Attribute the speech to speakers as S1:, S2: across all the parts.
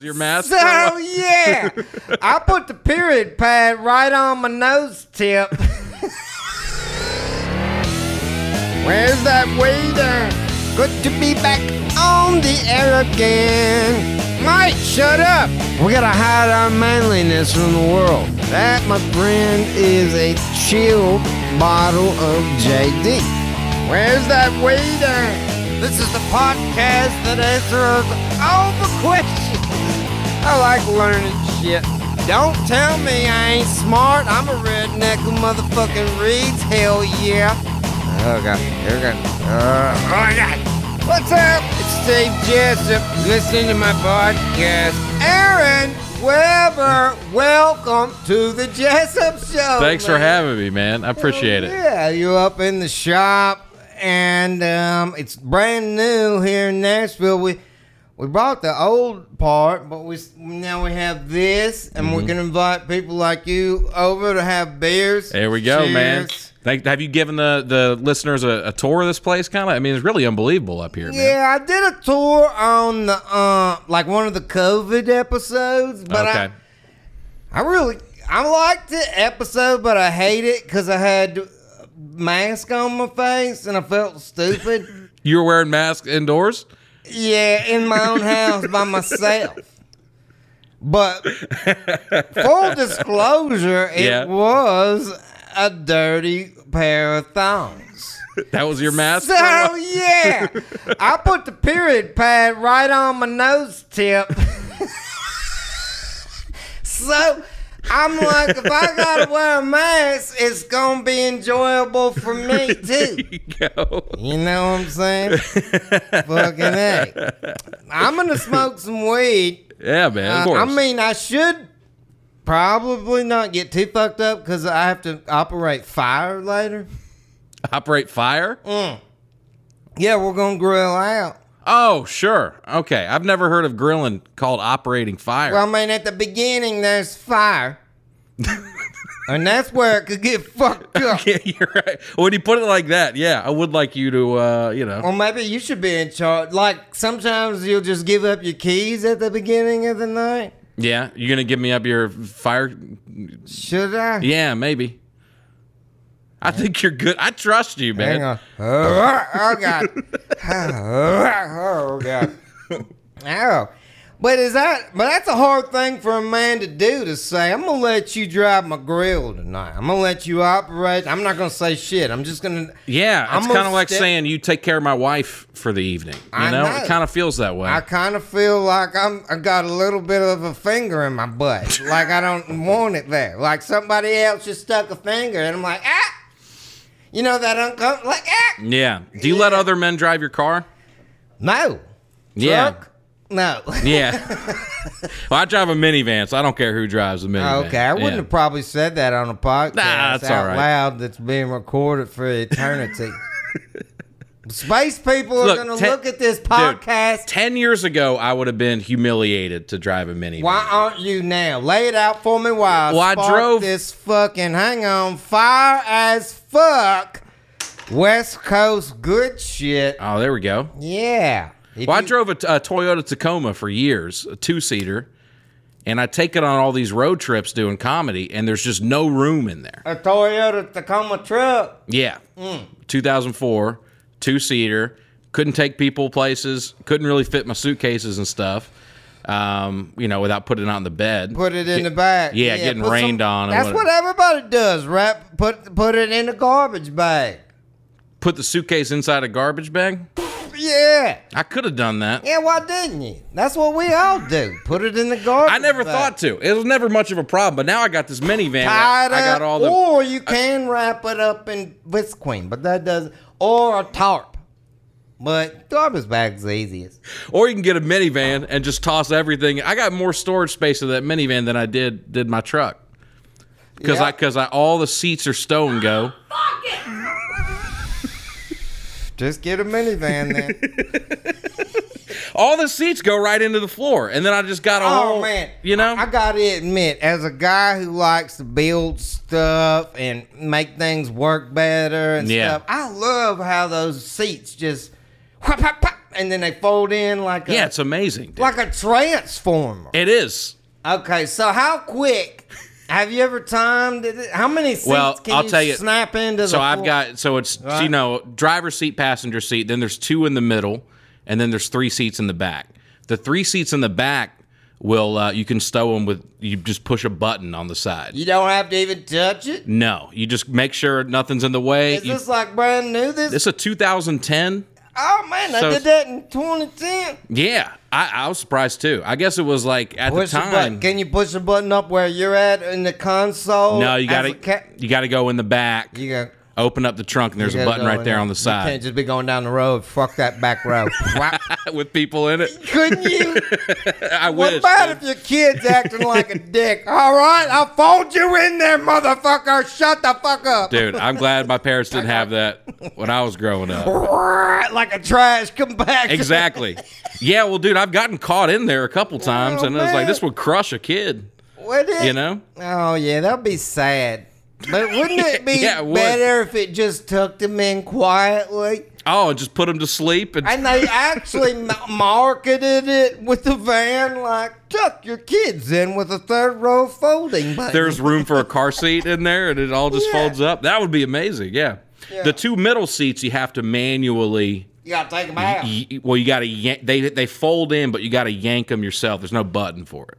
S1: Your mask.
S2: So yeah, I put the period pad right on my nose tip. Where's that waiter? Good to be back on the air again. Mike, shut up. We gotta hide our manliness from the world. That, my friend, is a chilled bottle of JD. Where's that waiter? This is the podcast that answers all the questions. I like learning shit. Don't tell me I ain't smart. I'm a redneck who motherfucking reads. Hell yeah. Oh god. Here we go. Uh, oh god. What's up? It's Steve Jessup. Listen to my podcast. Aaron Weber, welcome to the Jessup Show.
S1: Thanks for
S2: man.
S1: having me, man. I appreciate it.
S2: Yeah, you up in the shop, and um, it's brand new here in Nashville. We we brought the old part, but we s- now we have this, and
S1: Mm-hmm.
S2: we can invite people like you over to have beers.
S1: There we go, man.
S2: Cheers.
S1: Thank, have you given the, the listeners a, a tour of this place? Kind of. I mean, it's really unbelievable up here, man.
S2: Yeah, I did a tour on the uh, like one of the COVID episodes, but
S1: okay.
S2: I I really I liked the episode, but I hate it because I had uh, mask on my face and I felt stupid.
S1: you were wearing masks indoors.
S2: Yeah, in my own house by myself. But full disclosure, it
S1: Yeah.
S2: was a dirty pair of thongs.
S1: That was your mask.
S2: So yeah, I put the period pad right on my nose tip. so I'm like, if I gotta wear a mask, it's gonna be enjoyable for me too.
S1: you go.
S2: You know what I'm saying? Fucking A. I'm going to smoke some weed.
S1: Yeah, man. Of
S2: Uh,
S1: course.
S2: I mean, I should probably not get too fucked up because I have to operate fire later.
S1: operate fire.
S2: Yeah, we're going to grill out.
S1: Oh, sure. Okay. I've never heard of grilling called operating fire.
S2: Well, I mean, at the beginning, there's fire. and that's where it could get fucked up.
S1: yeah, you're right. When you put it like that, yeah, I would like you to, uh, you know.
S2: Or maybe you should be in charge. Like, sometimes you'll just give up your keys at the beginning of the night.
S1: Yeah, you're gonna give me up your fire.
S2: Should I?
S1: Yeah, maybe. I think you're good. I trust you, man.
S2: Hang on. Oh, oh, God. Oh God. Oh. But is that but that's a hard thing for a man to do to say, I'm gonna let you drive my grill tonight. I'm gonna let you operate. I'm not gonna say shit. I'm just gonna
S1: Yeah, it's
S2: I'm gonna
S1: kind of like
S2: step-
S1: saying you take care of my wife for the evening. You
S2: I
S1: know?
S2: know.
S1: it kind of feels that way.
S2: I kind of feel like I'm I got a little bit of a finger in my butt. like I don't want it there. Like somebody else just stuck a finger and I'm like, ah you know that uncomfortable like ah
S1: yeah. Do you let
S2: Yeah.
S1: other men drive your car?
S2: No.
S1: Yeah.
S2: "Ah!" Truck? No.
S1: Yeah. well, I drive a minivan, so I don't care who drives the minivan.
S2: Ah, Oh, Okay, I wouldn't
S1: Yeah.
S2: have probably said that on a podcast
S1: Nah, that's
S2: out
S1: all right.
S2: loud that's being recorded for eternity. Space people are
S1: Look,
S2: going to
S1: ten-
S2: look at this
S1: dude,
S2: podcast.
S1: Ten years ago, I would have been humiliated to drive a minivan.
S2: why aren't you now? Lay it out for me. Why?
S1: Well, I
S2: spark
S1: drove-
S2: this fucking hang on fire as fuck West Coast good shit.
S1: Oh, there we go.
S2: Yeah. If
S1: Well, I
S2: you-
S1: drove a, a Toyota Tacoma for years, a two seater, and I take it on all these road trips doing comedy, and there's just no room in there.
S2: a Toyota Tacoma truck.
S1: Yeah. 2004, two seater. Couldn't take people places. Couldn't really fit my suitcases and stuff. Um, you know, without putting it on the bed.
S2: Put it in the back.
S1: Yeah, getting
S2: put some-
S1: rained on. and
S2: That's what everybody does. Wrap put put it in the garbage bag.
S1: Put the suitcase inside a garbage bag.
S2: Yeah.
S1: I could have done that.
S2: Yeah, why didn't you? That's what we all do. Put it in the garbage.
S1: I never
S2: bag.
S1: thought to. It was never much of a problem, but now I got this minivan. where
S2: Tie
S1: I
S2: it
S1: got
S2: up,
S1: all the.
S2: or you can wrap it up in Visqueen, but that does or a tarp. But garbage bag's the easiest.
S1: Or you can get a minivan and just toss everything. I got more storage space in that minivan than I did did my truck. Because
S2: Yeah.
S1: I because I all the seats are stow and go.
S2: Just get a minivan then.
S1: All the seats go right into the floor, and then I just got a
S2: oh
S1: whole.
S2: man,
S1: You know.
S2: I, I gotta admit, as a guy who likes to build stuff and make things work better and
S1: Yeah.
S2: stuff, I love how those seats just whap, whap, whap, and then they fold in like a,
S1: Yeah, it's amazing. dude.
S2: like a transformer.
S1: It is.
S2: Okay, so how quick have you ever timed it? How many seats
S1: Well,
S2: can
S1: I'll
S2: you
S1: tell you-
S2: snap into the
S1: So I've
S2: floor?
S1: got so it's you know driver seat, passenger seat. Then there's two in the middle, and then there's three seats in the back. The three seats in the back will uh, you can stow them with you just push a button on the side.
S2: You don't have to even touch it.
S1: No, you just make sure nothing's in the way.
S2: Is
S1: You-
S2: this like brand new? This,
S1: it's a 2010.
S2: oh man, I
S1: so-
S2: did that in 2010.
S1: Yeah, I, I was surprised too. I guess it was like at
S2: Push
S1: the
S2: the
S1: time.
S2: button. Can you push the button up where you're at in the console?
S1: no, you
S2: as
S1: gotta
S2: a ca-
S1: you gotta go in the back.
S2: you got.
S1: open up the trunk and there's
S2: you
S1: a
S2: gotta
S1: button
S2: go
S1: right
S2: in
S1: there on the
S2: You can't
S1: side
S2: just be going down the road. Fuck that back road. Why-
S1: with people in it.
S2: Couldn't you?
S1: I
S2: What
S1: wish.
S2: about
S1: dude.
S2: if your kid's acting like a dick? All right, I'll fold you in there, motherfucker. Shut the fuck up.
S1: Dude, I'm glad my parents didn't have that when I was growing up.
S2: Like a trash compaction.
S1: Exactly. Yeah, well, dude, I've gotten caught in there a couple times,
S2: Oh,
S1: and it's like
S2: man.
S1: this would crush a kid.
S2: Would it?
S1: You know?
S2: Oh yeah, that'd be sad. But wouldn't it be
S1: Yeah, it would.
S2: better if it just took them in quietly?
S1: Oh, and just put them to sleep. And
S2: And they actually m- marketed it with the van like, tuck your kids in with a third row folding button.
S1: there's room for a car seat in there, and it all just
S2: Yeah.
S1: folds up. That would be amazing. Yeah.
S2: Yeah.
S1: The two middle seats you have to manually.
S2: you gotta take them out.
S1: y- y- Well, you got to yank. They they fold in, but you got to yank them yourself. There's no button for it.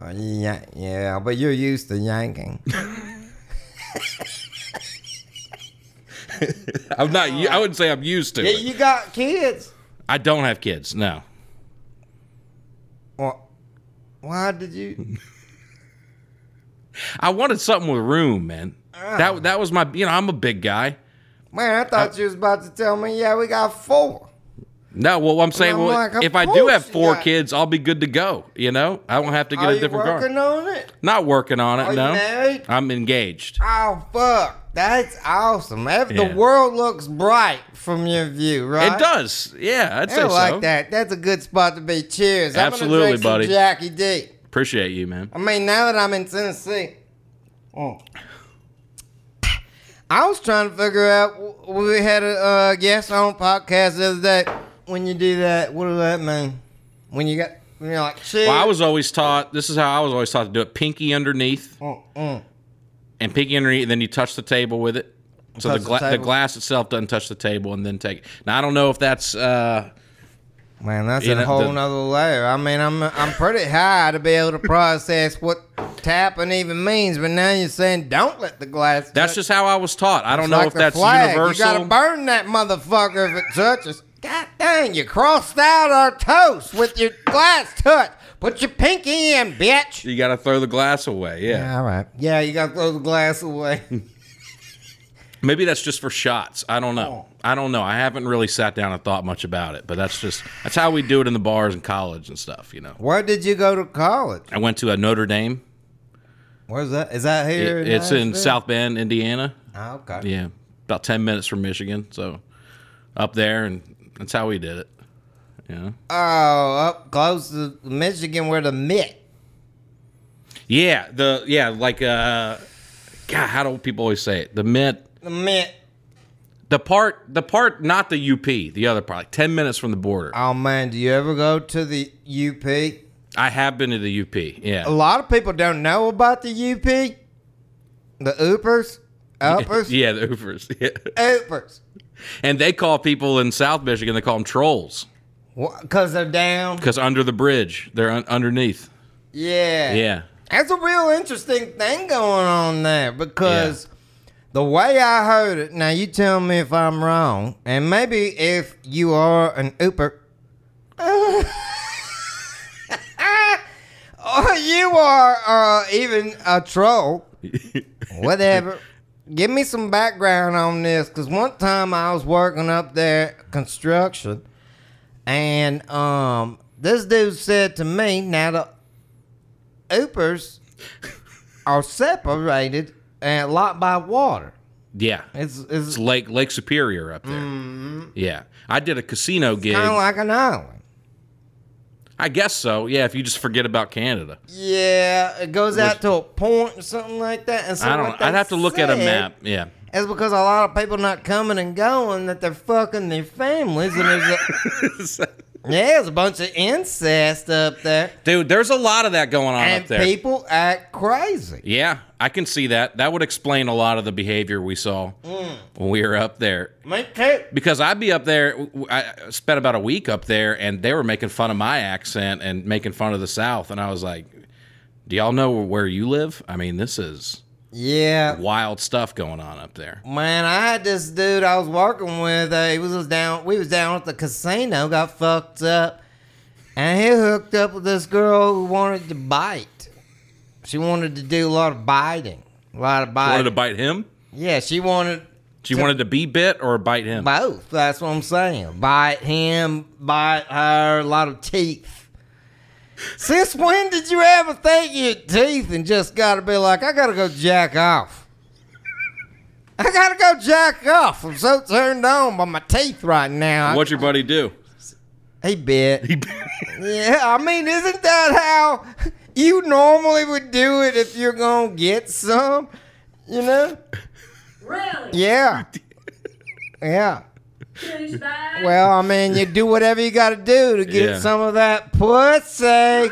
S2: Oh, yeah, yeah, but you're used to yanking.
S1: I'm not. I wouldn't say I'm used to
S2: Oh. yeah,
S1: it.
S2: you got kids.
S1: I don't have kids. No.
S2: Well, why did you?
S1: I wanted something with room, man.
S2: Ah.
S1: That that was my. You know, I'm a big guy.
S2: Man, I thought you was about to tell me, yeah, we got four.
S1: No, well, I'm saying,
S2: I'm
S1: well,
S2: like, of
S1: if I do
S2: course
S1: have
S2: you
S1: four
S2: got-
S1: kids, I'll be good to go. You know, I won't have to get
S2: Are
S1: a
S2: you
S1: different
S2: working
S1: car.
S2: on it?
S1: Not working on it.
S2: Are you
S1: no,
S2: married?
S1: I'm engaged.
S2: Oh fuck, that's awesome. Ev-
S1: Yeah.
S2: The world looks bright from your view, right?
S1: It does. Yeah, I'd
S2: I
S1: say
S2: like
S1: so.
S2: that. That's a good spot to be. Cheers.
S1: Absolutely,
S2: I'm gonna drink some
S1: buddy.
S2: Jackie D.
S1: Appreciate you, man.
S2: I mean, now that I'm in Tennessee, Mm. I was trying to figure out. w- We had a uh, guest on podcast the other day. When you do that, what does that mean? When you got, when you're like, cheers.
S1: Well, I was always taught. This is how I was always taught to do it: pinky underneath,
S2: Mm, mm.
S1: and pinky underneath, and then you touch the table with it. So the,
S2: Touch the
S1: gla- the
S2: table.
S1: glass itself doesn't touch the table, and then take it. Now I don't know if that's. uh
S2: Man, that's
S1: You
S2: a
S1: know,
S2: whole
S1: the-
S2: nother layer. I mean, I'm I'm pretty high to be able to process what tapping even means, but now you're saying don't let the glass.
S1: That's
S2: touch.
S1: just how I was taught. I don't know
S2: like
S1: if
S2: the
S1: that's
S2: flag.
S1: universal.
S2: You gotta burn that motherfucker if it touches. God dang, you crossed out our toast with your glass touch. Put your pinky in, bitch.
S1: You gotta throw the glass away. Yeah.
S2: all right. Yeah, you gotta throw the glass away.
S1: Maybe that's just for shots. I don't know.
S2: Oh.
S1: I don't know. I haven't really sat down and thought much about it, but that's just that's how we do it in the bars in college and stuff. You know.
S2: Where did you go to college?
S1: I went to a Notre Dame.
S2: Where's that? Is that
S1: It-
S2: here?
S1: it's in
S2: Nashville?
S1: South Bend, Indiana.
S2: Oh, okay.
S1: Yeah, about ten minutes from Michigan. So up there, and that's how we did it. Yeah.
S2: Oh, up close to Michigan, where the Mitt.
S1: Yeah. The yeah like uh, God, how do people always say it? The mint.
S2: The Mitt.
S1: The part, the part, not the UP, the other part, like 10 minutes from the border.
S2: Oh man, do you ever go to the UP?
S1: I have been to the UP. Yeah.
S2: A lot of people don't know about the UP. The Oopers, Uppers,
S1: Yeah, the Ubers. Yeah.
S2: Oopers,
S1: And they call people in South Michigan, they call them trolls
S2: because they're down.
S1: because under the bridge, they're un- underneath.
S2: Yeah.
S1: Yeah.
S2: That's a real interesting thing going on there because the way I heard it, now you tell me if I'm wrong, and maybe if you are an ooper, or you are uh, even a troll, whatever. Give me some background on this because one time I was working up there construction, and um, this dude said to me, now the Oopers are separated and locked by water.
S1: Yeah.
S2: It's it's
S1: It's Lake Lake Superior up there. Yeah. I did a casino gig.
S2: kind of Mm-hmm. like an island.
S1: I guess so. Yeah, if you just forget about Canada.
S2: Yeah, it goes out to a point or something like that. And so
S1: I don't
S2: what
S1: I'd
S2: they
S1: have to look at a
S2: said-
S1: map. Yeah.
S2: It's because a lot of people not coming and going that they're fucking their families and there's a, yeah, there's a bunch of incest up there,
S1: Dude, there's a lot of that going on
S2: and
S1: up there.
S2: people act crazy.
S1: yeah, I can see that. That would explain a lot of the behavior we saw when we were up there.
S2: Me too.
S1: Because I'd be up there, w- w- I spent about a week up there, and they were making fun of my accent and making fun of the South, and I was like, "Do y'all know where you live? I mean, this is
S2: Yeah,
S1: wild stuff going on up there."
S2: Man, I had this dude I was working with. Uh, he was just down. We was down at the casino. Got fucked up, and he hooked up with this girl who wanted to bite. She wanted to do a lot of biting, a lot of biting.
S1: wanted to bite him.
S2: yeah, she wanted
S1: She wanted to be bit or bite him.
S2: both. That's what I'm saying. Bite him, bite her. A lot of teeth. Since when did you ever think your teeth and just gotta be like, I gotta go jack off? I gotta go jack off. I'm so turned on by my teeth right now.
S1: What'd your buddy do?
S2: He bit. yeah, I mean, isn't that how you normally would do it if you're gonna get some? You know?
S3: Really?
S2: Yeah. Yeah.
S3: Who's that?
S2: Well, I mean, you do whatever you got to do to get
S1: Yeah.
S2: some of that pussy.
S3: You're an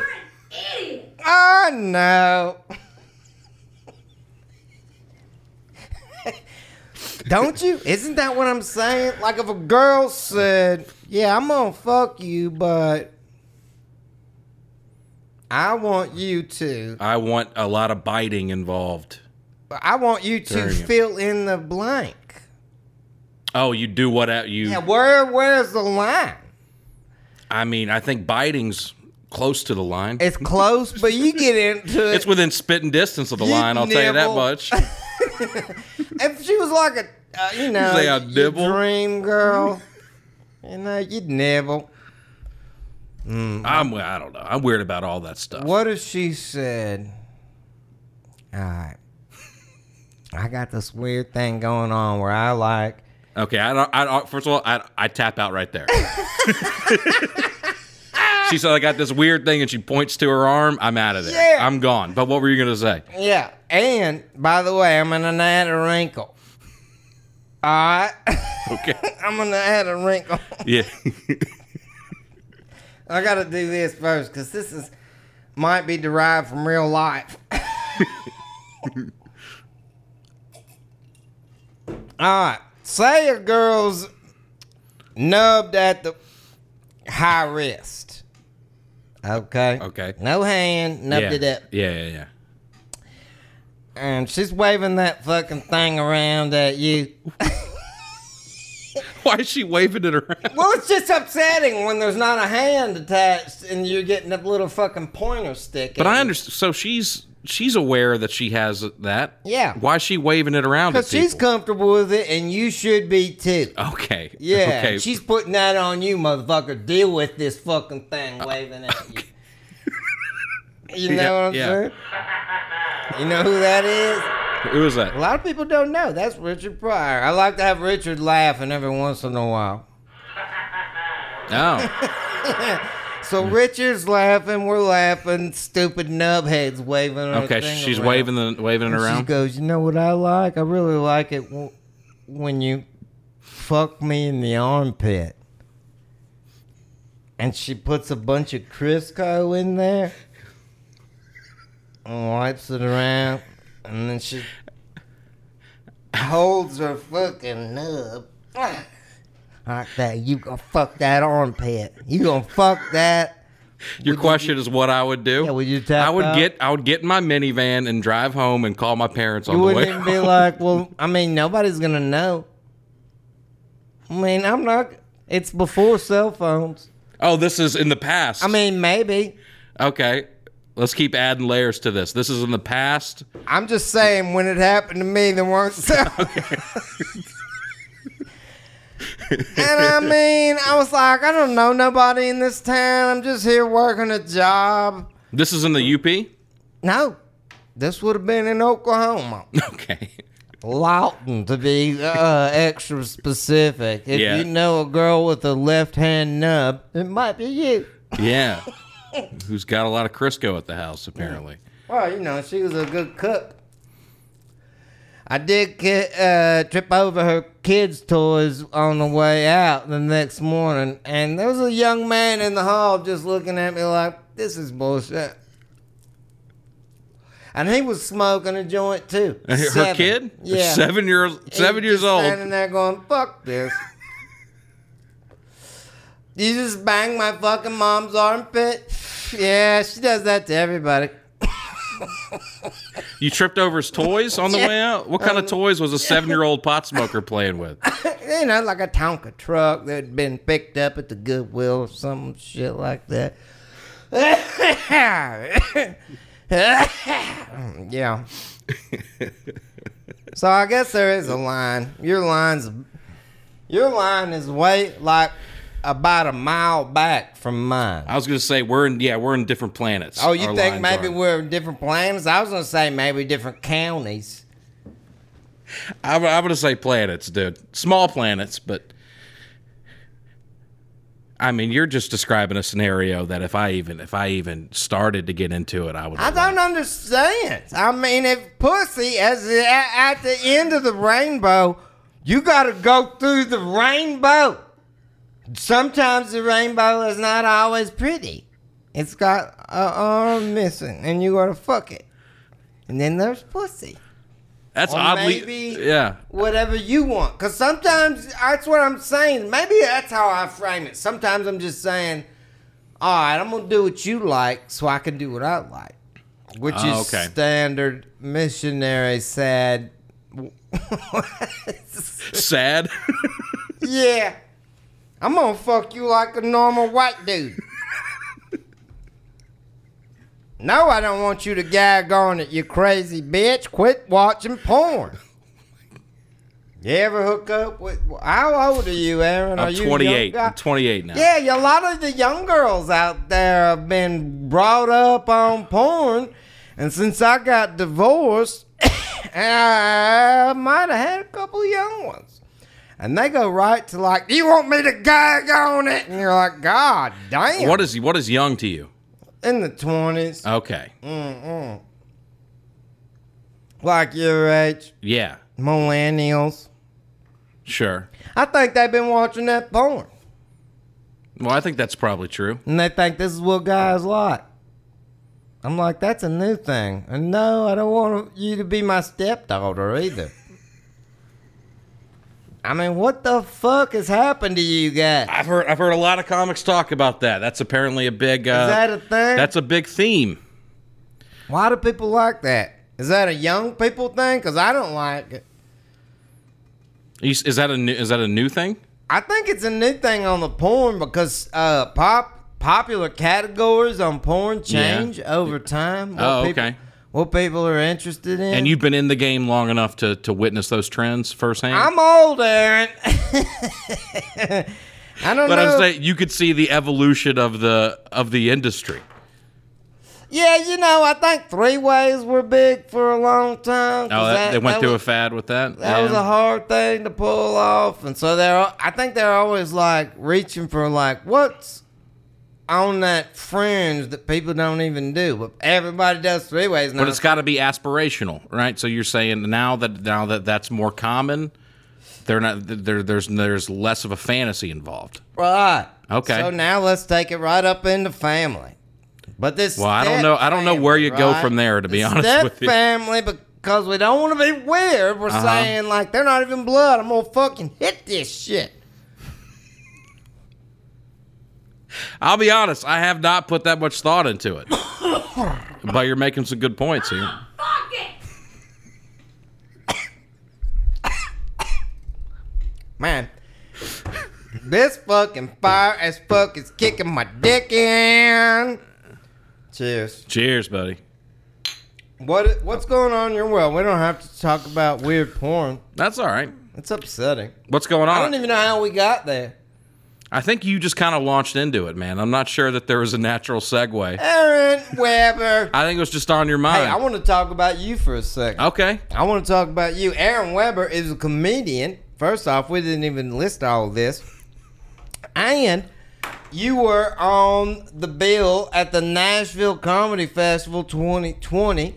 S3: idiot.
S2: Oh no! Don't you? Isn't that what I'm saying? Like if a girl said, "Yeah, I'm gonna fuck you, but I want you to,
S1: I want a lot of biting involved.
S2: I want you to
S1: There you go.
S2: fill in the blank."
S1: Oh, you do what I- you?
S2: Yeah, where where's the line?
S1: I mean, I think biting's close to the line.
S2: It's close, but you get into it.
S1: It's within spitting distance of the
S2: You
S1: line. I'll tell you that
S2: nibble.
S1: much.
S2: if she was like a, uh, you know,
S1: say I
S2: your
S1: nibble?
S2: dream girl, you know, you'd nibble.
S1: I'm. I don't know. I'm weird about all that stuff.
S2: What if she said, "All right, I got this weird thing going on where I like."
S1: Okay. I don't. I don't first of all, I, I tap out right there. she said, "I got this weird thing," and she points to her arm. I'm out of there.
S2: Yeah.
S1: I'm gone. But what were you gonna say?
S2: Yeah, and by the way, I'm gonna add a wrinkle. All right,
S1: Okay.
S2: I'm gonna add a wrinkle.
S1: Yeah.
S2: I gotta do this first because this is might be derived from real life. All right, say a girl's nubbed at the high wrist. Okay.
S1: Okay.
S2: No hand,
S1: yeah.
S2: nubbed it
S1: yeah.
S2: up,
S1: Yeah. Yeah.
S2: and she's waving that fucking thing around at you.
S1: Why is she waving it around?
S2: Well, it's just upsetting when there's not a hand attached and you're getting that little fucking pointer stick.
S1: But
S2: at
S1: I
S2: you.
S1: understand. So she's she's aware that she has that.
S2: Yeah.
S1: Why is she waving it around? at
S2: Because she's
S1: people?
S2: comfortable with it, and you should be too.
S1: Okay.
S2: Yeah,
S1: Okay.
S2: she's putting that on you, motherfucker. Deal with this fucking thing waving at you. You know
S1: Uh, Yeah,
S2: what I'm
S1: yeah.
S2: saying? You know who that is?
S1: Who is that?
S2: A lot of people don't know. That's Richard Pryor. I like to have Richard laughing every once in a while.
S1: Oh.
S2: So
S1: Mm.
S2: Richard's laughing, we're laughing, stupid nubheads waving. her
S1: Okay.
S2: thing
S1: She's
S2: around.
S1: waving the waving it
S2: And
S1: around.
S2: She goes, you know what I like? I really like it w- when you fuck me in the armpit. And she puts a bunch of Crisco in there and wipes it around. And then she holds her fucking nub like that. You gonna fuck that armpit. You gonna fuck that.
S1: Your question is what I would do.
S2: Yeah, would you tap
S1: I would
S2: out?
S1: get I would get in my minivan and drive home and call my parents on
S2: You
S1: the
S2: wouldn't
S1: way.
S2: even be
S1: home.
S2: like, well, I mean, nobody's gonna know. I mean, I'm not. It's before cell phones.
S1: oh, this is in the past.
S2: I mean, maybe.
S1: okay, let's keep adding layers to this. This is in the past.
S2: I'm just saying, when it happened to me, there weren't cell. and I mean, I was like, I don't know nobody in this town. I'm just here working a job.
S1: This is in the UP.
S2: No, this would have been in Oklahoma.
S1: Okay.
S2: Lawton, to be uh, extra specific. If
S1: Yeah.
S2: you know a girl with a left hand nub, it might be you.
S1: Yeah. Who's got a lot of Crisco at the house apparently?
S2: Well, you know, she was a good cook. I did ki- uh, trip over her kids' toys on the way out the next morning, and there was a young man in the hall just looking at me like, "This is bullshit." And he was smoking a joint too.
S1: Her
S2: Seven.
S1: kid,
S2: yeah,
S1: seven years,
S2: He
S1: seven
S2: was
S1: years
S2: just
S1: old.
S2: standing there going, "Fuck this." You just bang my fucking mom's armpit. Yeah, she does that to everybody.
S1: You tripped over his toys on the way out. What kind of
S2: Um,
S1: toys was a seven-year-old pot smoker playing with?
S2: you know, like a Tonka truck that had been picked up at the Goodwill or some shit like that. yeah. so I guess there is a line. Your line's your line is way like about a mile back from mine.
S1: I was gonna say we're in, yeah, we're in different planets.
S2: Oh, you
S1: Our
S2: think
S1: lines
S2: maybe
S1: aren't.
S2: we're in different planets? I was gonna say maybe different counties.
S1: I'm, I'm gonna say planets, dude. Small planets, but I mean, you're just describing a scenario that if I even if I even started to get into it, I would.
S2: I don't understand. I mean, if pussy as the- a- at the end of the rainbow, you got to go through the rainbow. Sometimes the rainbow is not always pretty. It's got a arm missing, and you got to fuck it. And then there's pussy.
S1: That's
S2: Or
S1: oddly,
S2: maybe-
S1: yeah.
S2: Whatever you want. Because sometimes that's what I'm saying. Maybe that's how I frame it. Sometimes I'm just saying, all right, I'm going to do what you like so I can do what I like, which
S1: Oh,
S2: is
S1: okay.
S2: standard missionary sad.
S1: Sad.
S2: yeah. I'm going to fuck you like a normal white dude. No, I don't want you to gag on it, you crazy bitch. Quit watching porn. You ever hook up with? How old are you, Aaron? Are
S1: I'm
S2: you a young
S1: 28.
S2: guy?
S1: I'm 28 now.
S2: Yeah, a lot of the young girls out there have been brought up on porn, and since I got divorced, I might have had a couple young ones. And they go right to like, you want me to gag on it? And you're like, God damn.
S1: What is Uh. what is young to you?
S2: in the 20s?
S1: Okay.
S2: Mm. like your age,
S1: Yeah.
S2: millennials.
S1: Sure.
S2: I think they've been watching that porn,
S1: Well, I think that's probably true.
S2: and they think this is what guys like. I'm like, that's a new thing, and no, I don't want you to be my stepdaughter either. I mean, what the fuck has happened to you guys?
S1: I've heard I've heard a lot of comics talk about that. That's apparently a big. Uh,
S2: Is that a thing?
S1: that's a big theme.
S2: Why do people like that? Is that a young people thing? Cause I don't like it.
S1: Is is that a new, is that a new thing?
S2: I think it's a new thing on the porn because uh, pop popular categories on porn change over time. What
S1: Oh,
S2: people-
S1: okay.
S2: What people are interested in.
S1: And you've been in the game long enough to to witness those trends firsthand.
S2: I'm old, Aaron. I don't
S1: but
S2: know.
S1: I'm saying you could see the evolution of the of the industry.
S2: yeah, you know, I think three ways were big for a long time. 'cause
S1: Oh, that, they went
S2: that
S1: through
S2: was-
S1: a fad with that.
S2: That was a hard thing to pull off, and so they're. al- I think they're always like reaching for like what's on that fringe that people don't even do, but everybody does three ways now.
S1: but it's got to be aspirational, right? So you're saying now that now that that's more common, they're not there. There's there's less of a fantasy involved.
S2: right.
S1: Okay.
S2: So now let's take it right up into family. But this.
S1: Well, I don't
S2: step
S1: know- I don't know where you go
S2: right?
S1: from there, to be
S2: The
S1: honest
S2: step
S1: with you.
S2: family because we don't want to be weird. We're
S1: Uh-huh.
S2: saying like they're not even blood. I'm gonna fucking hit this shit.
S1: I'll be honest, I have not put that much thought into it. but you're making some good points here.
S3: Fuck it.
S2: Man. This fucking fire as fuck is kicking my dick in. Cheers.
S1: Cheers, buddy.
S2: What what's going on in your world? We don't have to talk about weird porn.
S1: That's all right.
S2: It's upsetting.
S1: What's going
S2: I
S1: on?
S2: don't even know how we got there.
S1: I think you just kind of launched into it, man. I'm not sure that there was a natural segue.
S2: Aaron Weber.
S1: I think it was just on your mind.
S2: Hey, I want to talk about you for a second.
S1: okay.
S2: I want to talk about you. Aaron Weber is a comedian. First off, we didn't even list all this. And you were on the bill at the Nashville Comedy Festival 2020.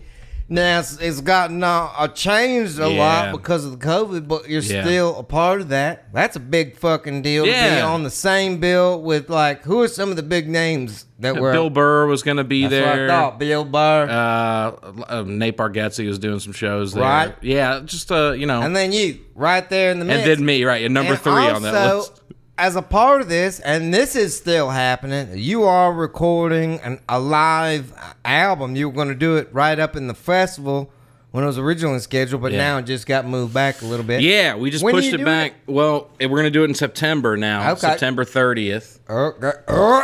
S2: Now it's, it's gotten uh, uh, changed a
S1: Yeah.
S2: lot because of the COVID, but you're
S1: Yeah.
S2: still a part of that. That's a big fucking deal to be
S1: Yeah.
S2: on the same bill with like who are some of the big names that were
S1: Bill Burr was going to be
S2: That's
S1: there.
S2: What I thought Bill Burr,
S1: Uh, uh, Nate Bargatze was doing some shows there.
S2: Right.
S1: Yeah, just uh, you know,
S2: and then you right there in the
S1: and
S2: mix.
S1: then me, right, and number
S2: And
S1: three on that
S2: also,
S1: list.
S2: As a part of this, and this is still happening, you are recording an, a live album. You were going to do it right up in the festival when it was originally scheduled, but
S1: Yeah.
S2: now it just got moved back a little bit.
S1: Yeah, we just
S2: When are
S1: pushed
S2: you
S1: it
S2: doing
S1: back. Well, eh, we're going to do it in September now,
S2: Okay.
S1: September 30th.
S2: Okay. Uh,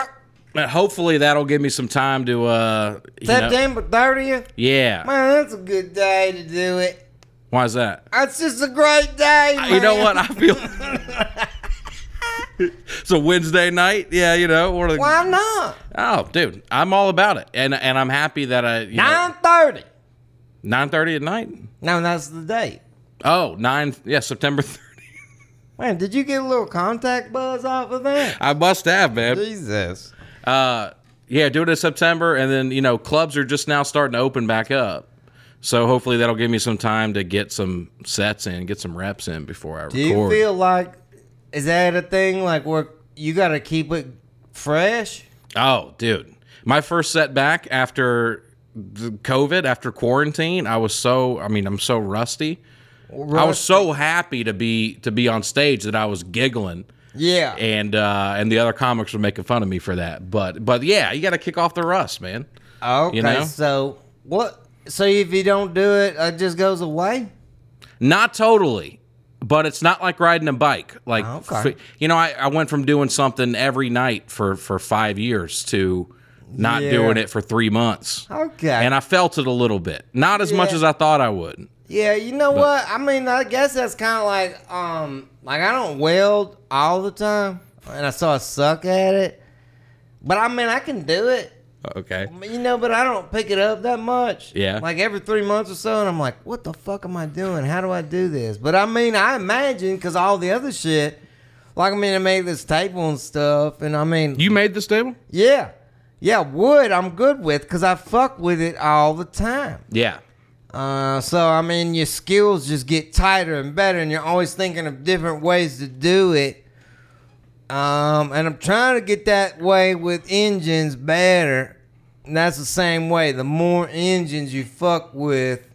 S1: But hopefully that'll give me some time to uh you know-
S2: September 30th?
S1: yeah.
S2: Man, that's a good day to do it.
S1: Why is that?
S2: That's just a great day. Man.
S1: You know what? I feel It's a Wednesday night. Yeah, you know, one of the-
S2: Why not?
S1: Oh, dude, I'm all about it. And and I'm happy that I you know,
S2: 9.30.
S1: 9:30 at night.
S2: No, that's the date.
S1: Oh, 9 yeah, September 30th.
S2: Man, did you get a little contact buzz off of that?
S1: I must have, man.
S2: Jesus.
S1: Uh yeah, do it in September and then, you know, clubs are just now starting to open back up. So hopefully that'll give me some time to get some sets in, get some reps in before I
S2: Do you
S1: record.
S2: feel like is that a thing like where you got to keep it fresh?
S1: Oh, dude. My first setback after the COVID, after quarantine, I was so I mean, I'm so rusty. I was so happy to be to be on stage that I was giggling
S2: yeah.
S1: and uh and the other comics were making fun of me for that. But but yeah, you got to kick off the rust, man.
S2: okay.
S1: you know?
S2: So what? So if you don't do it, uh, it just goes away.
S1: Not totally, but it's not like riding a bike. Like
S2: Oh, Okay.
S1: f- you know, I, I went from doing something every night for for 5 years to not
S2: Yeah.
S1: doing it for 3 months.
S2: Okay.
S1: and I felt it a little bit. Not as much
S2: Yeah.
S1: as I thought I would.
S2: yeah. You know what? I mean, I guess that's kind of like um, like I don't weld all the time, and I saw I suck at it. But I mean, I can do it.
S1: Okay.
S2: You know, but I don't pick it up that much.
S1: Yeah.
S2: Like every three months or so, and I'm like, what the fuck am I doing? How do I do this? But I mean, I imagine because all the other shit, like I mean, I made this table and stuff, and I mean,
S1: You made this table?
S2: yeah, yeah, wood I'm good with because I fuck with it all the time.
S1: Yeah.
S2: Uh, so I mean, your skills just get tighter and better, and you're always thinking of different ways to do it. Um, and I'm trying to get that way with engines better. And that's the same way. The more engines you fuck with,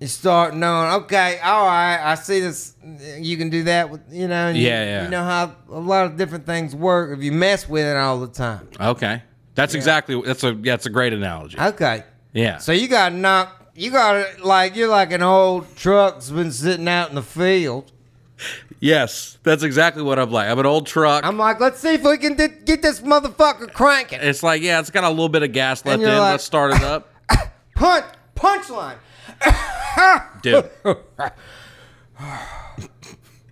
S2: you start knowing. Okay, all right, I see this. You can do that with you know. And you-
S1: Yeah, yeah.
S2: You know how a lot of different things work if you mess with it all the time.
S1: Okay. That's exactly that's a that's a great analogy.
S2: Okay.
S1: yeah.
S2: So you got knocked. You got like you're like an old truck's been sitting out in the field.
S1: yes, that's exactly what I'm like. I'm an old truck.
S2: I'm like, let's see if we can di- get this motherfucker cranking.
S1: it's like, yeah, it's got a little bit of gas left in.
S2: you're like-
S1: Let's start it up.
S2: Punch, punchline,
S1: Dude.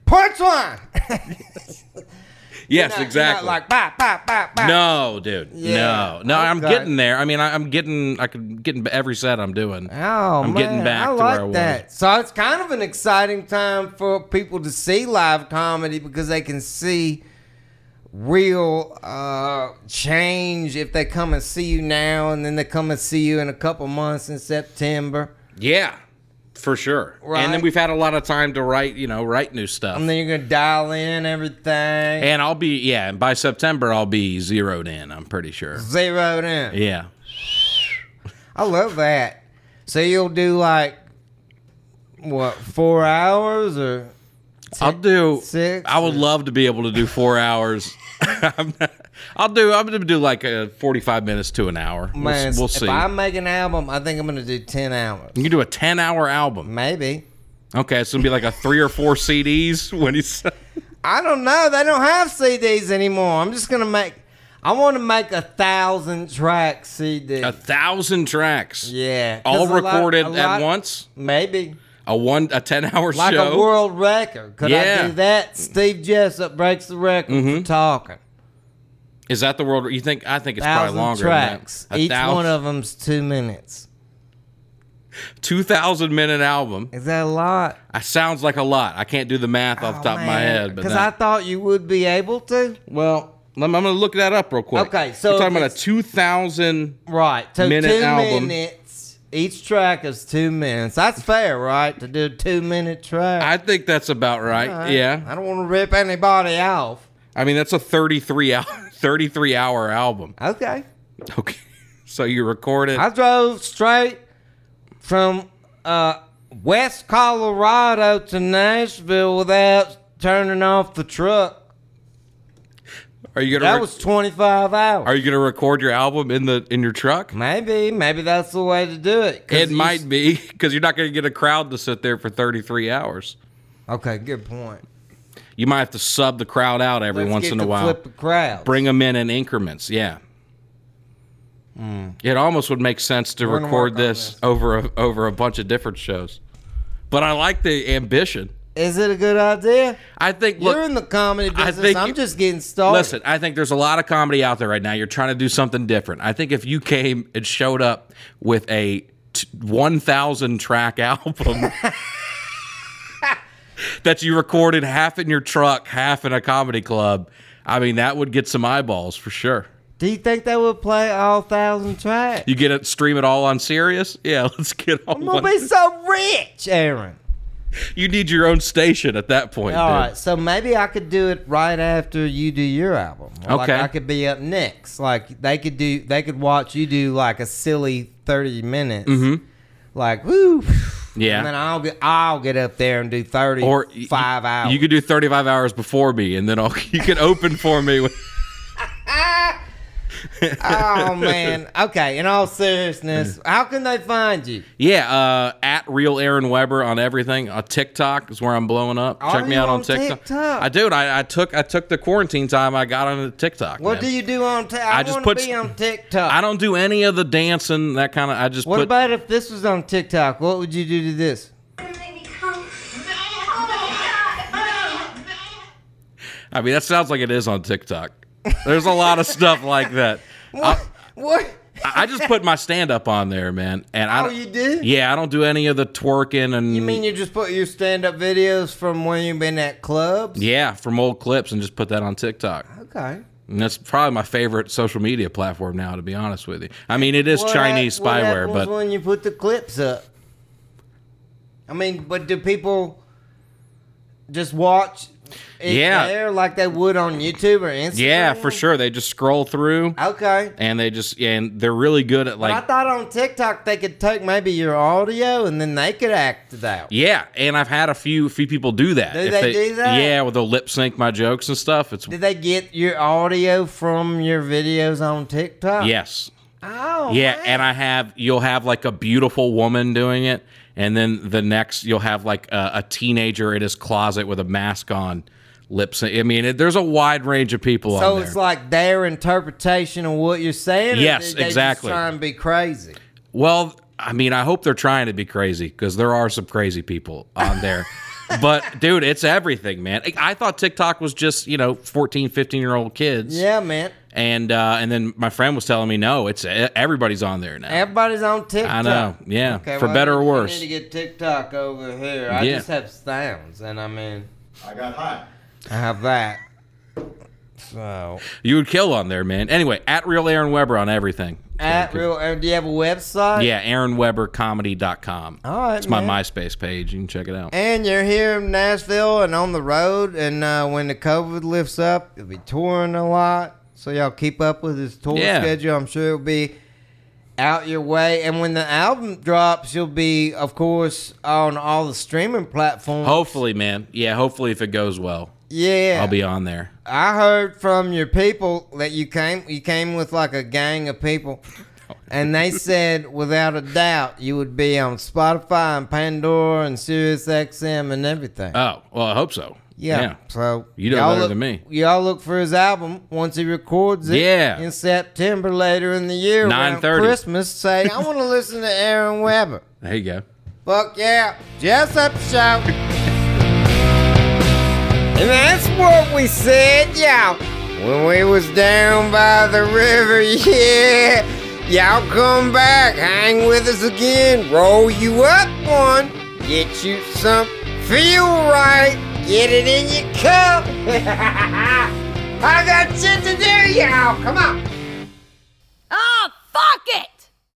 S2: punchline.
S1: Yes,
S2: Not-
S1: exactly.
S2: Not like bop, bop, bop, bop.
S1: no, dude.
S2: Yeah,
S1: No. No, I'm
S2: okay.
S1: getting there. I mean, I, I'm getting I could getting every set I'm doing.
S2: Oh
S1: I'm
S2: man,
S1: getting back
S2: I
S1: to
S2: like
S1: where I was.
S2: that. So it's kind of an exciting time for people to see live comedy because they can see real uh, change if they come and see you now, and then they come and see you in a couple months in September,
S1: Yeah. For sure. And
S2: Right.
S1: then we've had a lot of time to write, you know, write new stuff.
S2: and then you're gonna dial in everything
S1: And I'll be yeah, and by September I'll be zeroed in, I'm pretty sure.
S2: zeroed in.
S1: Yeah.
S2: I love that. So you'll do like what four hours or
S1: I'll do
S2: six
S1: I would love to be able to do 4 hours. I'm not, I'll do I'm going to do like a 45 minutes to an hour. We'll,
S2: man.
S1: we'll
S2: if
S1: see.
S2: I make an album, I think I'm gonna do ten hours,
S1: you can do a 10 hour album.
S2: maybe.
S1: Okay, it's going to be like a 3 or 4 CDs when he's
S2: I don't know. They don't have CDs anymore. I'm just gonna make. I want to make a thousand track CD.
S1: a 1000 tracks.
S2: yeah, 'Cause
S1: All
S2: a lot-
S1: recorded
S2: a
S1: at
S2: lot-
S1: once.
S2: Maybe
S1: A one a 10 hour
S2: like
S1: show.
S2: a world record. Could I
S1: Yeah. Mm-hmm.
S2: do that? Steve Jessup breaks the record for talking.
S1: Is that the world you think I think it's probably
S2: Thousand
S1: longer
S2: tracks.
S1: than that.
S2: Each
S1: thou-
S2: one of them's two minutes.
S1: 2000 minute album.
S2: Is that a lot?
S1: That sounds like a lot. I can't do the math off the top of my head, but
S2: because
S1: that-
S2: Oh, I thought you would be able to.
S1: Well, I'm, I'm going to look that up real quick.
S2: Okay, so
S1: We're talking
S2: if
S1: about a
S2: it's-
S1: 2000.
S2: Right, so
S1: Minute
S2: two
S1: album.
S2: minutes Each track is two minutes. That's fair, right? To do a two minute track.
S1: I think that's about right.
S2: All right.
S1: Yeah.
S2: I don't want to rip anybody off.
S1: I mean, that's a 33 hour 33 hour album.
S2: Okay.
S1: Okay. So you record it.
S2: I drove straight from uh, West Colorado to Nashville without turning off the truck.
S1: Are you gonna
S2: That
S1: rec-
S2: was 25 hours.
S1: Are you gonna record your album in the in your truck?
S2: Mm-hmm. Maybe, maybe that's the way to do it. 'cause
S1: It
S2: you
S1: might
S2: s-
S1: be because you're not gonna get a crowd to sit there for 33 hours.
S2: Okay, good point.
S1: You might have to sub the crowd out every
S2: Let's
S1: once
S2: get
S1: in a
S2: to
S1: while.
S2: Flip the crowd.
S1: Bring them in in increments. Yeah. Mm. It almost would make sense to
S2: We're gonna work
S1: record
S2: on
S1: this,
S2: this.
S1: over a, over a bunch of different shows. But I like the ambition.
S2: Is it a good idea?
S1: I think look,
S2: You're in the comedy
S1: I
S2: business.
S1: think
S2: I'm
S1: you-
S2: just getting started.
S1: Listen, I think there's a lot of comedy out there right now. You're trying to do something different. I think if you came and showed up with a t- 1,000 track album that you recorded half in your truck, half in a comedy club, I mean, that would get some eyeballs for sure.
S2: Do you think they would play all thousand tracks?
S1: You get it, stream it all on Sirius? Yeah, let's get on.
S2: I'm gonna
S1: one.
S2: be so rich, Aaron.
S1: You need your own station at that point.
S2: All
S1: dude.
S2: right, so maybe I could do it right after you do your album. Or, Like
S1: Okay.
S2: I could be up next. Like they could do, they could watch you do like a silly thirty minutes.
S1: Mm-hmm.
S2: Like woo.
S1: Yeah.
S2: And then I'll get, I'll get up there and do thirty
S1: Or
S2: or
S1: y-
S2: five
S1: y-
S2: hours.
S1: You could do 35 hours before me, and then I'll, you could open for me. With,
S2: oh man. Okay. In all seriousness, how can they find you?
S1: Yeah, uh, at real Aaron Weber on everything. Uh, TikTok is where I'm blowing up.
S2: Are
S1: Check me
S2: you
S1: out on,
S2: on
S1: TikTok.
S2: TikTok?
S1: I dude, I, I took I took the quarantine time. I got on TikTok.
S2: What
S1: man.
S2: do you do on? T- I,
S1: I just
S2: wanna
S1: put-
S2: be on TikTok.
S1: I don't do any of the dancing that kind of. I just
S2: What
S1: put.
S2: about if this was on TikTok? What would you do to this?
S3: Oh,
S1: I mean, that sounds like it is on TikTok. There's a lot of stuff like that. I,
S2: What?
S1: I just put my stand up on there, man. And I
S2: Oh,
S1: don't-
S2: you did?
S1: Yeah, I don't do any of the twerking and.
S2: You mean you just put your stand up videos from when you've been at clubs?
S1: Yeah, from old clips and just put that on TikTok.
S2: Okay.
S1: And that's probably my favorite social media platform now, to be honest with you. I mean, it is
S2: What
S1: Chinese
S2: hap- what
S1: spyware,
S2: happens
S1: but
S2: when you put the clips up. I mean, but do people just watch it
S1: Yeah.
S2: there like they would on YouTube or Instagram?
S1: yeah, for sure. They just scroll through
S2: Okay.
S1: and they just, yeah, and they're really good at
S2: But I
S1: like,
S2: thought on TikTok they could take maybe your audio and then they could act it out.
S1: yeah. And I've had a few few people do that.
S2: Do they do that?
S1: Yeah, where they'll lip sync my jokes and stuff. It's,
S2: Did they get your audio from your videos on TikTok?
S1: yes.
S2: Oh.
S1: Yeah.
S2: man.
S1: And I have, you'll have like a beautiful woman doing it. And then the next, you'll have like a, a teenager in his closet with a mask on lip sync. I mean, it, there's a wide range of people on
S2: So
S1: there.
S2: it's like their interpretation of what you're saying. or
S1: Yes,
S2: did they
S1: exactly.
S2: Just try and be crazy.
S1: Well, I mean, I hope they're trying to be crazy because there are some crazy people on there. but dude, it's everything, man. I- I thought TikTok was just, you know, 14, 15 year old kids.
S2: Yeah, man.
S1: And uh, and then my friend was telling me, no, it's e, everybody's on there now.
S2: Everybody's on TikTok.
S1: I know. Yeah. For
S2: well,
S1: better or
S2: we
S1: worse.
S2: need to get TikTok over here. I
S1: Yeah.
S2: just have sounds, and I mean,
S4: I got hot.
S2: I have that. So
S1: you would kill on there, man. Anyway, at real Aaron Weber on everything.
S2: at real, uh, do you have a website?
S1: Yeah, AaronWeberComedy.com.
S2: All right,
S1: It's my
S2: Oh, man.
S1: MySpace page. You can check it out.
S2: And you're here in Nashville and on the road, and uh, when the COVID lifts up, you'll be touring a lot. So y'all keep up with his tour
S1: Yeah.
S2: schedule. I'm sure it'll be out your way. And when the album drops, you'll be, of course, on all the streaming platforms.
S1: Hopefully, man. Yeah, hopefully if it goes well,
S2: yeah.
S1: I'll be on there.
S2: I heard from your people that you came you came with like a gang of people. And they said without a doubt you would be on Spotify and Pandora and SiriusXM and everything.
S1: Oh, well, I hope so.
S2: yeah. So
S1: You know
S2: y'all
S1: better
S2: look-
S1: than me.
S2: Y'all look for his album once he records it
S1: Yeah.
S2: in September later in the year. around
S1: 9:30.
S2: Christmas say, I wanna listen to Aaron Weber.
S1: There you go.
S2: Fuck yeah. Jessup Show. and that's what we said, y'all. When we was down by the river, yeah. Y'all come back, hang with us again, roll you up one, get you some feel right, get it in your cup. I got shit to do, y'all. Come on.
S3: Oh, fuck it!